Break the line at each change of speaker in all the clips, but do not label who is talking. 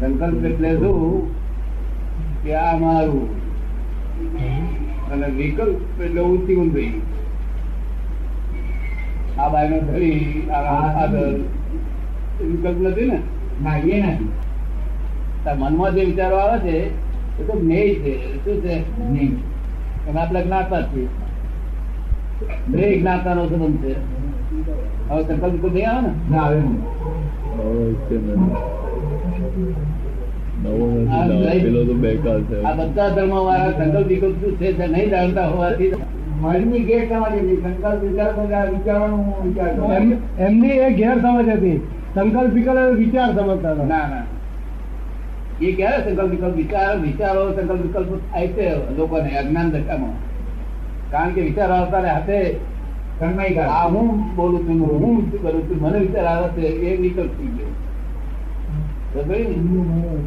સંકલ્પ એટલે શું કે આ મારું અને વિકલ્પ એટલે ઊંચી ઊંધી આ બાયનો ધરી આ આદર એ વિકલ્પ નથી ને
ના એ નથી
તારા મનમાં જે વિચારો આવે છે એ તો જ્ઞેય છે શું છે
નહીં
અને આપણે જ્ઞાતા છીએ બે જ્ઞાતાનો સંબંધ છે હવે સંકલ્પ વિકલ્પ નહીં આવે ને
ના આવે નહીં.
પેલો તો બેકાર છે
આ બધા ધર્મો વાળા સંકલ્પ વિકલ્પ શું છે તે નહીં જાણતા હોવાથી
મનની ગેરસમજ હતી સંકલ્પ વિચાર બધા વિચારવાનું વિચાર કરો.
એમ- એમની એ ગેરસમજ હતી સંકલ્પ વિકલ્પ વિચાર સમજતા હતા
ના ના એ ક્યારે સંકલ્પ વિકલ્પ વિચાર વિચારો સંકલ્પ વિકલ્પ થાય છે લોકોને અજ્ઞાન દશામાં કારણ કે વિચાર આવતા ને હાથે
તન્મય કરો.
આ હું બોલું છું હું શું કરું છું મને વિચાર આવે છે એ વિકલ્પ થઈ ગયો સમજાયું ને?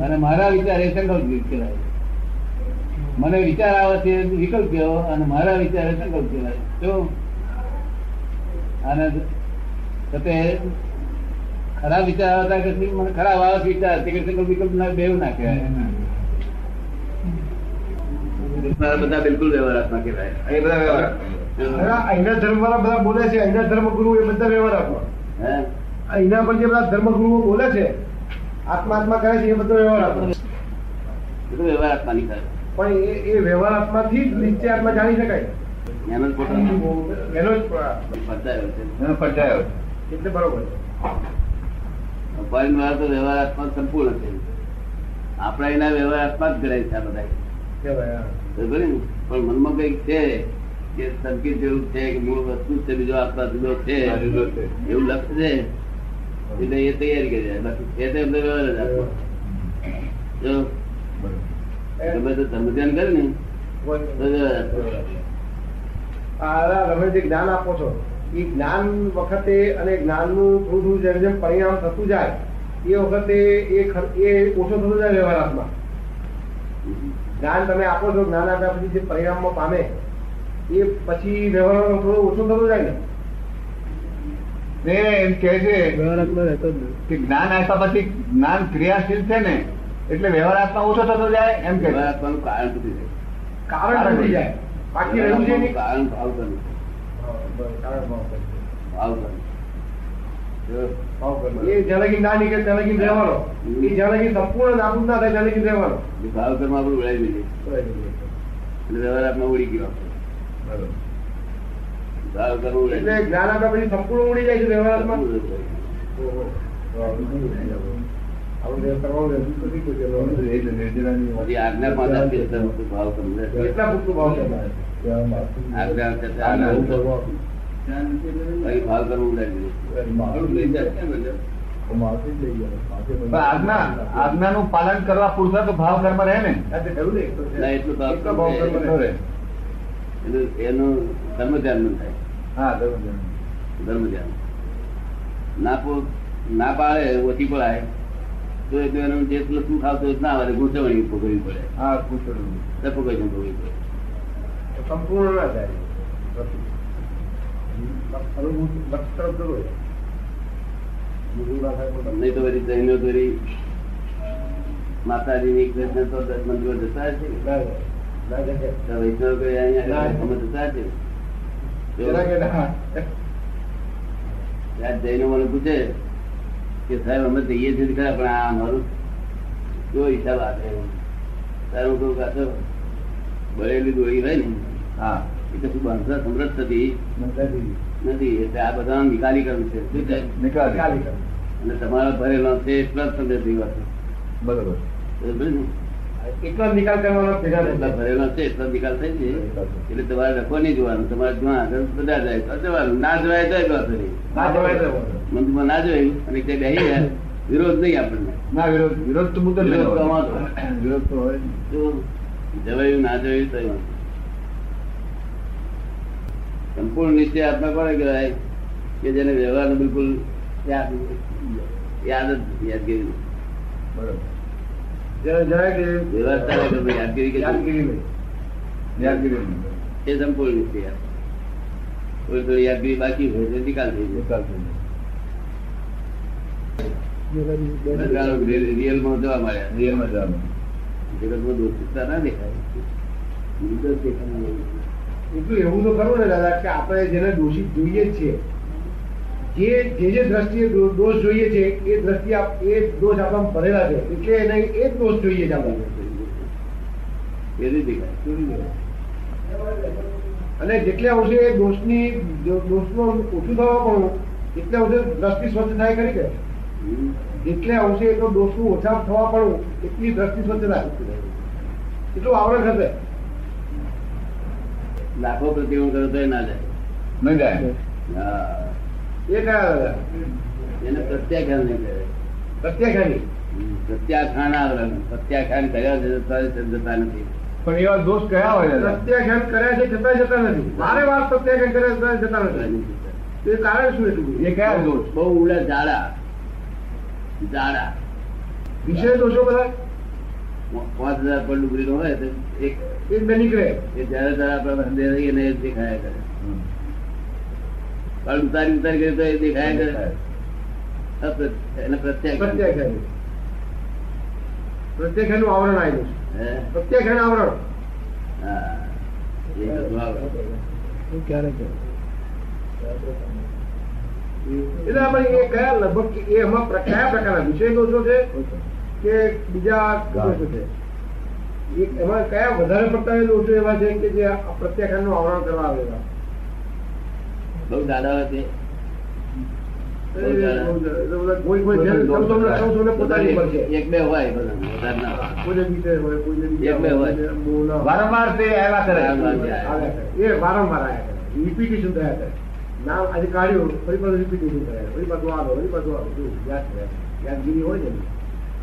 અને મારા વિચાર એ સંકલ્પ કહેવાય મને વિચાર આવે છે એ વિકલ્પ કહેવો અને મારા વિચાર એ સંકલ્પ કહેવાય જો અને તે ખરાબ વિચાર આવતા કે શું મને ખરાબ આવે છે વિચાર તે કે સંકલ્પ વિકલ્પ ના બેવ ના કહેવાય મારા બધા બિલકુલ વ્યવહારાત્મા કહેવાય
એ બધા વ્યવહાર
એના અહીંના ધર્મવાળા બધા બોલે છે અહીંના ધર્મગુરુ એ બધા વ્યવહાર આપવા
હે?
અહીંના પર જે બધા ધર્મગુરુઓ બોલે છે આત્મા આત્મા કરે છે એ બધો વ્યવહાર આપવા
બધું વ્યવહારાત્માની કહેવાય
પણ એ એ વ્યવહાર આત્માથી જ નીચે આત્મા જાણી શકાય
એનો જ પોતાનો
એનો જ પ્ર-
પડદાયો છે
એનો પડદાયો છે.
એટલે બરોબર
ફોરેન વાળા તો વ્યવહાર આત્મા સંપૂર્ણ છે આપણા એના વ્યવહાર આત્મા જ ગણાય છે આ બધા
કહેવાય હા.
બરોબર ને? પણ મનમાં કઈક છે કે સંકેત જેવું છે કે મૂળ વસ્તુ છે બીજો આત્મા જુદો છે
આ જુદો છે.
એવું લક્ષ છે એટલે એ તૈયારી કરી રહ્યા. બાકી એ તો એમનો વ્યવહાર જ આત્મા. જો
એ
તમે તો ધર્મ ધ્યાન કરે ને
કોઈ-
તો વ્યવહાર આત્મા.
આ તમે જે જ્ઞાન આપો છો એ જ્ઞાન વખતે અને જ્ઞાનનું થોડું થોડું જેમ જેમ પરિણામ થતું જાય એ વખતે એ ખર- એ ઓછો થતો જાય વ્યવહારમાં જ્ઞાન તમે આપો છો જ્ઞાન આપ્યા પછી જે પરિણામમાં પામે એ પછી વ્યવહારમાં થોડો ઓછો થતો જાય ને
ને એમ કહે છે કે જ્ઞાન આપ્યા પછી જ્ઞાન ક્રિયાશીલ છે ને એટલે વ્યવહાર આત્મા ઓછો થતો જાય એમ કે છે.
વ્યવહાર આત્માનું કારણ સુધી રહે.
કારણ બદલી જાય બાકી રહ્યું છે
વ્યવહાર
નહીં.
આત્માનું કારણ ભાવ કરવું. ભાવ કરવું. જો.
એ જ્યાં લગી ના નીકળે ત્યાં લગી રહેવાનો એ જ્યાં લગી સંપૂર્ણ નાબૂદ ના થાય ત્યાં લગી રહેવાનો
જે ભાવ કર્મ આપણું ઉડાવી દઈએ એટલે વ્યવહાર આત્મા ઉડી ગયો
બરોબર.
ભાવ કર્મ ઉડાવી
એટલે
દઈએ.
જ્ઞાન આપ્યા પછી સંપૂર્ણ ઉડી જાય છે વ્યવહારમાં
એ જ રેજરાની વાત.
બધી આજ્ઞા પાછા આપીએ તો બધું ભાવ તમને રહેશે.
કેટલા ભૂખનું ભાવ છે?
આજ્ઞા આપતા તો આજ્ઞા. કઈ ભાવ કરવું ઉડાવી દઈએ.
પણ આજ્ઞા આજ્ઞાનું પાલન કરવા પુરુષાર્થ ભાવ કર્મ રહે ને
આ તે કહ્યું ને, એક તો છે.
ના, એટલું ભાવ
એક તો ભાવ
કરવું
કરવો
છે.
રહે.
એનું એનું ધર્મ ધ્યાન ન થાય
હા બરોબર.
ધર્મ ધ્યાન ના પો ના પાડે ઓછી પડાય તો એ તો એનું જે શું ખાવતો હોય તો ના આવે ગૂંચવણી ભોગવવી પડે
હા કુશળ.
સફોકેશન ભોગવવી પડે
સંપૂર્ણ ના થાય. લક્ષ- લક્ષ તરફ જવું હોય. બીજું ના થાય પણ
નહીં તો વળી જૈનો દોરી માતાજીની એક પ્રશ્ન તો દસ મંદિરો જતા હશે ને.
ના જાય. ના જાય.
તો વૈષ્ણવ કોઈ અહીંયા
ના.
આશ્રમમાં જતા હશે ને. જો,
જરા કે ના.
ત્યાં જૈનો મને પૂછે કે સાહેબ અમે જઈએ છીએ ખરા પણ આ અમારું કયો હિસાબ આપે એમ? ત્યારે હું કહું કે આ તો બળેલી દોરી હોય ને
હા
એ કશું બાંધતા સમૃદ્ધ થતી
મંદાજી.
નથી એટલે આ બધા નિકાલી કરવું છે શું છે?
નિકાલ
ચાલી કરે.
અને તમારો ભરેલો છે એટલા જ તમને ભેગા
બરોબર
થશે. બરાબર ને?
એટલો જ નિકાલ કરવાનો ભેગા
એટલા
થતા.
ભરેલો છે એટલો જ નિકાલ થઈ જાય એટલે તમારે લખો નહીં જોવાનું તમારે જોવા આગળ બધા જાય તો જવાનું ના જોવાય તો જવા ફરી
ના જવાય તો.
મંદિરમાં ના જોયું અને તે બેસી ગયા વિરોધ નહીં આપણને
ના વિરોધ વિરોધ તો મુદ્દો જ નહીં
વિરોધ તો
હોય.
અમારો.
વિરોધ તો હોય જ.
જો જવાયું ના જોયું તો વાંધો. સંપૂર્ણ નિશ્ચય આત્મા કોને કહેવાય કે જેને વ્યવહાર બિલકુલ યાદ યાદ જ નથી, યાદગીરી નથી.
બરોબર
જરા- જરા કે
વ્યવહાર ચાલે તો ભાઈ યાદગીરી કે શું?
યાદગીરી નહીં.
યાદગીરી નહીં.
એ સંપૂર્ણ નિશ્ચય આત્મા. થોડી થોડી યાદગીરી બાકી હોય તો નિકાલ થઈ જાય
નિકાલ થઈ જાય.
બધા રિયલમાં જવા માંડ્યા રિયલમાં જવા માંડ્યા જગતમાં દોષિતતા ના દેખાય નિર્દોષ દેખાય
એટલું એવું તો ખરું ને દાદા કે આપણે જેને દોષિત જોઈએ જ છીએ જે જે જે દ્રષ્ટિએ દો- દોષ જોઈએ છે એ દ્રષ્ટિએ આપ- એ દોષ આપણામાં ભરેલા છે એટલે એને એ જ દોષ જોઈએ છે આપણને
એ નહીં દેખાય શું નહીં દેખાય
અને જેટલે અંશે એ દોષની દો- દોષનો ઓછું થવા પણ એટલે અંશે દ્રષ્ટિ સ્વચ્છ થાય કરી કે
હમ.
જેટલે અંશે એટલો દોષનું ઓછા થવા પણ એટલી દ્રષ્ટિ સ્વચ્છ થાય એટલું આવરણ થશે
લાખો પ્રતિક્રમણ કરો તો ના જાય
નહીં જાય
હા.
એ કયા દાદા
એને પ્રત્યાખ્યાન નહીં કરે
પ્રત્યાખ્યાની
હમ. પ્રત્યાખ્યાન આવવાનું પ્રત્યાખ્યાન કર્યા છે તારે સમજતા નથી
પણ એવા દોષ કયા હોય દાદા
પ્રત્યાખ્યાન કર્યા છે છતાં જતા નથી મારે વાત પ્રત્યાખ્યાન કર્યા છે છતાં જતા નથી તો એ કારણ શું એટલું બધું?
એ કયા દોષ
બહુ ઉડા જાડા જાડા
વિષય દોષો બધા
પાંચ હજાર પર ડુંગળી નો હોય તો એક
એક બે નીકળે
એ જ્યારે ત્યારે આપણા હૃદય રહી અને એ દેખાયા કરે
હમ.
પણ ઉતારી ઉતારી કરે તો એ દેખાયા કરે
દેખાય.
અપ્ર- એને પ્રત્યાખ્યાન
પ્રત્યાખ્યાન પ્રત્યાખ્યાનનું આવરણ આવેલું છે
હે?
પ્રત્યાખ્યાન આવરણ
હા એ બધું આવે.
એટલે આપણે એ કયા લગભગ કે એ એમાં પ્ર- કયા પ્રકારના વિષય દોષો છે કે બીજા દોષો છે એ- એમાં કયા વધારે પડતા એ દોષો એવા છે કે જે આ પ્રત્યાખ્યાનનું આવરણ કરવા આવેલા
બહુ દાદા હોય છે
એ બહુ જ- એટલે બધા કોઈ કોઈ જેમ સૌ સૌને- સૌ સૌને પોતાની ઉપર છે
એક બે હોય બધા વધારે ના હોય.
કોઈને બીજે હોય, કોઈને બીજે
એક બે હોય.
કોઈને બહુ ના હોય.
વારંવાર તે આવ્યા કરે
વારંવાર તે
આવ્યા કરે. એ વારંવાર આવ્યા કરે રિપીટેશન થયા કરે નામ આજે કાઢ્યું ફરી પાછું રિપીટેશન થયા ફરી પાછું આવો ફરી પાછું આવો જોવું, યાદ થયા. યાદગીરી હોય ને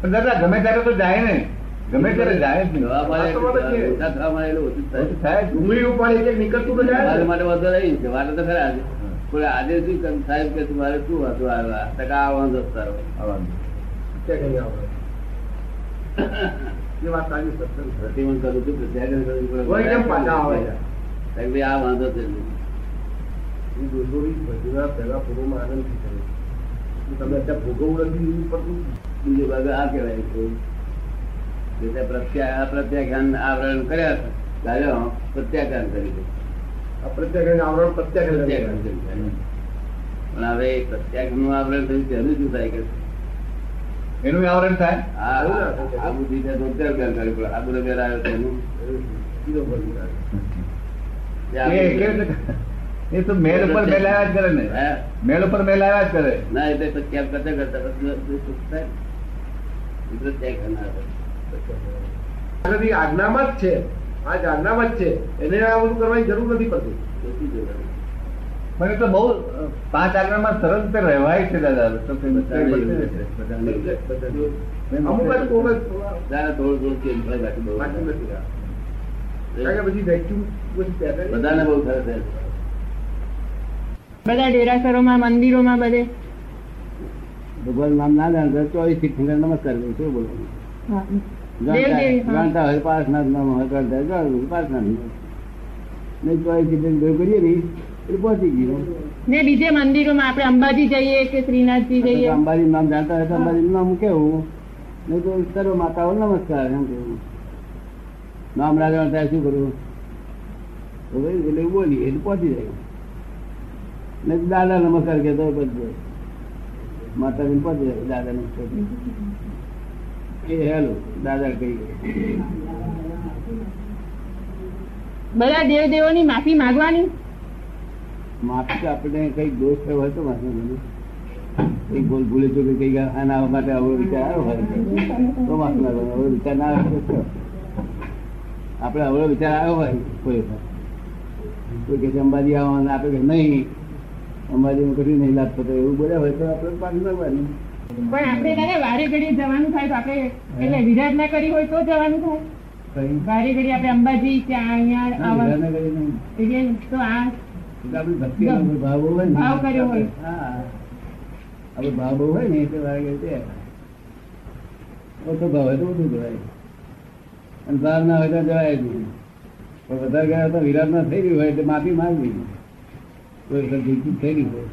પણ દાદા ગમે ત્યારે તો જાય ને ગમે ત્યારે જાય જ નહીં
દવા
આ તો વાત
પાડે
છે.
ઓછા થવા માં એટલું ઓછું જ થાય
ઓછું થાય જ નહીં.
ડુંગળી ઉપાડી એક એક નીકળતું તો જાય
મારે
ને.
માટે વાંધો નહીં છે વાંધો તો ખરા છે પણ આજે શું તમે સાહેબ કે છે, મારે શું વાંધો આવ્યો ટકા વાંધો જ તારો
આવવાનું.
ત્યાં કઈ આવડે. એ વાત સાચી સત્સંગ છે.
પ્રતિબંધ કરું છું પ્રત્યાઘાત કરું છું, પણ
કોઈ કેમ પાછા આવે છે?
સાહેબ, ભાઈ, આ વાંધો છે નહીં.
એ દોષોની ભજના પહેલા પૂર્વમાં આનંદથી કરે છે. તમે અત્યારે ભોગવવું નથી પડતું
બીજો ભાગ આ કહેવાય છે કે તે પ્રત્યા આ પ્રત્યાખ્યાન આવરણ કર્યા હતા. ધાર્યો, પ્રત્યાખ્યાન કરી દીધું.
અપ્રત્યાઘાત આવરણ પ્રત્યાઘાત
પ્રત્યાખ્યાન કરી દીધું. પણ હવે એ પ્રત્યાખ્યાનનું આવરણ થયું તેનું શું થાય કે
એનું આવરણ થાય
આ આ બુદ્ધિ છે તો ઉત્તર જ્ઞાન કર્યું પણ આ બધો વેર આવ્યો તેનું
કીધો બોલી કાઢે.
તે
એ કેમ
આપણે-
છે? એ તો મેલ ઉપર મેલ આવ્યા જ કરે ને
હે?
મેલ ઉપર મેલ આવ્યા જ કરે
ના એટલે પ્રત્યાઘાત કરતા કરતા પછી બધું સુખ થાય ને. એ પ્રત્યાખ્યાન આવે.
આનાથી આજ્ઞામાં જ છે આ જ આજ્ઞામાં જ છે એને આ બધું કરવાની જરૂર નથી પડતી
તો શું જોવાનું?
મને તો બહુ અ, પાંચ આગળમાં સરસ રીતે રહેવાય છે દાદા તો તે બધાને એવું જ છે. બધાને એવું જ છે.
અમુક જ કોણ જ થોડા
ના, ના, થોડું થોડું change થાય બાકી બહુ
બાકી નથી રહ્યા. કારણ
નથી.
કે પછી વેક્યુમ પછી પેદા નહીં.
બધાને બહુ સરસ છે.
બધા ડેરાસરોમાં મંદિરોમાં બધે
ભગવાન નામ ના જાણતા ચોવીસ થી ફિંગર નમસ્કાર કરું શું બોલવાનું
હા.
જાણતા
દેવદેવી, હા.
જાણતા હોય પાર્શનાથ નામ હોય કરતા હોય, જાણતા પાર્શનાથ નહીં ચોવીસ થી ફિંગર ગયું કરીએ ને એટલે પહોંચી ગયું
ને બીજે મંદિરોમાં આપણે અંબાજી જઈએ કે શ્રીનાથજી
તો
જઈએ
અંબાજી નામ જાણતા હોય તો અંબાજી નામ કેવું નહીં તો સર્વ માતાઓ નમસ્કાર એમ કેવું નામ ના જાણતા હોય શું કરવું તો ભાઈ એટલે બોલી એટલે પહોંચી જાય નહીં તો દાદા નમસ્કાર કહેતો હોય પહોંચી જાય માતાજી પહોંચી જાય દાદા નમસ્કાર એ હેલો દાદા કહી ગયું
બધા દેવદેવોની માફી માંગવાની
માફી તો આપણે કઈ દોષ થયો હોય તો માફી માંગો કઈ ભૂલ ભૂલે તો કે કઈ આના માટે આવો વિચાર આવ્યો હોય તો માફી માંગો હવે વિચાર ના આવ્યો તો શું? આપણે હવે વિચાર આવ્યો હોય કોઈ વખત કોઈ કહે છે અંબાજી આવવાનું આપણે કે નહીં અંબાજીમાં કશું નહીં લાભ થતો એવું બોલ્યા હોય તો આપણે પાણી માંગવાનું
પણ આપણે દાદા વારે ઘડીએ જવાનું થાય તો આપણે એટલે વિરાટ ના કરી હોય તો જવાનું થાય
કઈ
વારે ઘડી આપણે અંબાજી ત્યાં અહીંયા
ના,
આવા
વિચાર ના કરી નહીં.
એટલે તો આ
એટલે આપણી ભક્તિનો કોઈ ભાવ બહુ હોય ને
ભાવ કર્યો હોય.
હા આપણે ભાવ બહુ હોય ને એટલે વાગે તે ઓછો ભાવ હોય તો ઓછું જવાય અને ભાવ ના હોય તો જવાય જ નહીં પણ વધારે ગયા તો વિરાટ ના થઈ રહ્યું હોય એટલે માફી માંગવી કોઈ વખત ભૂલચૂક થઈ રહી હોય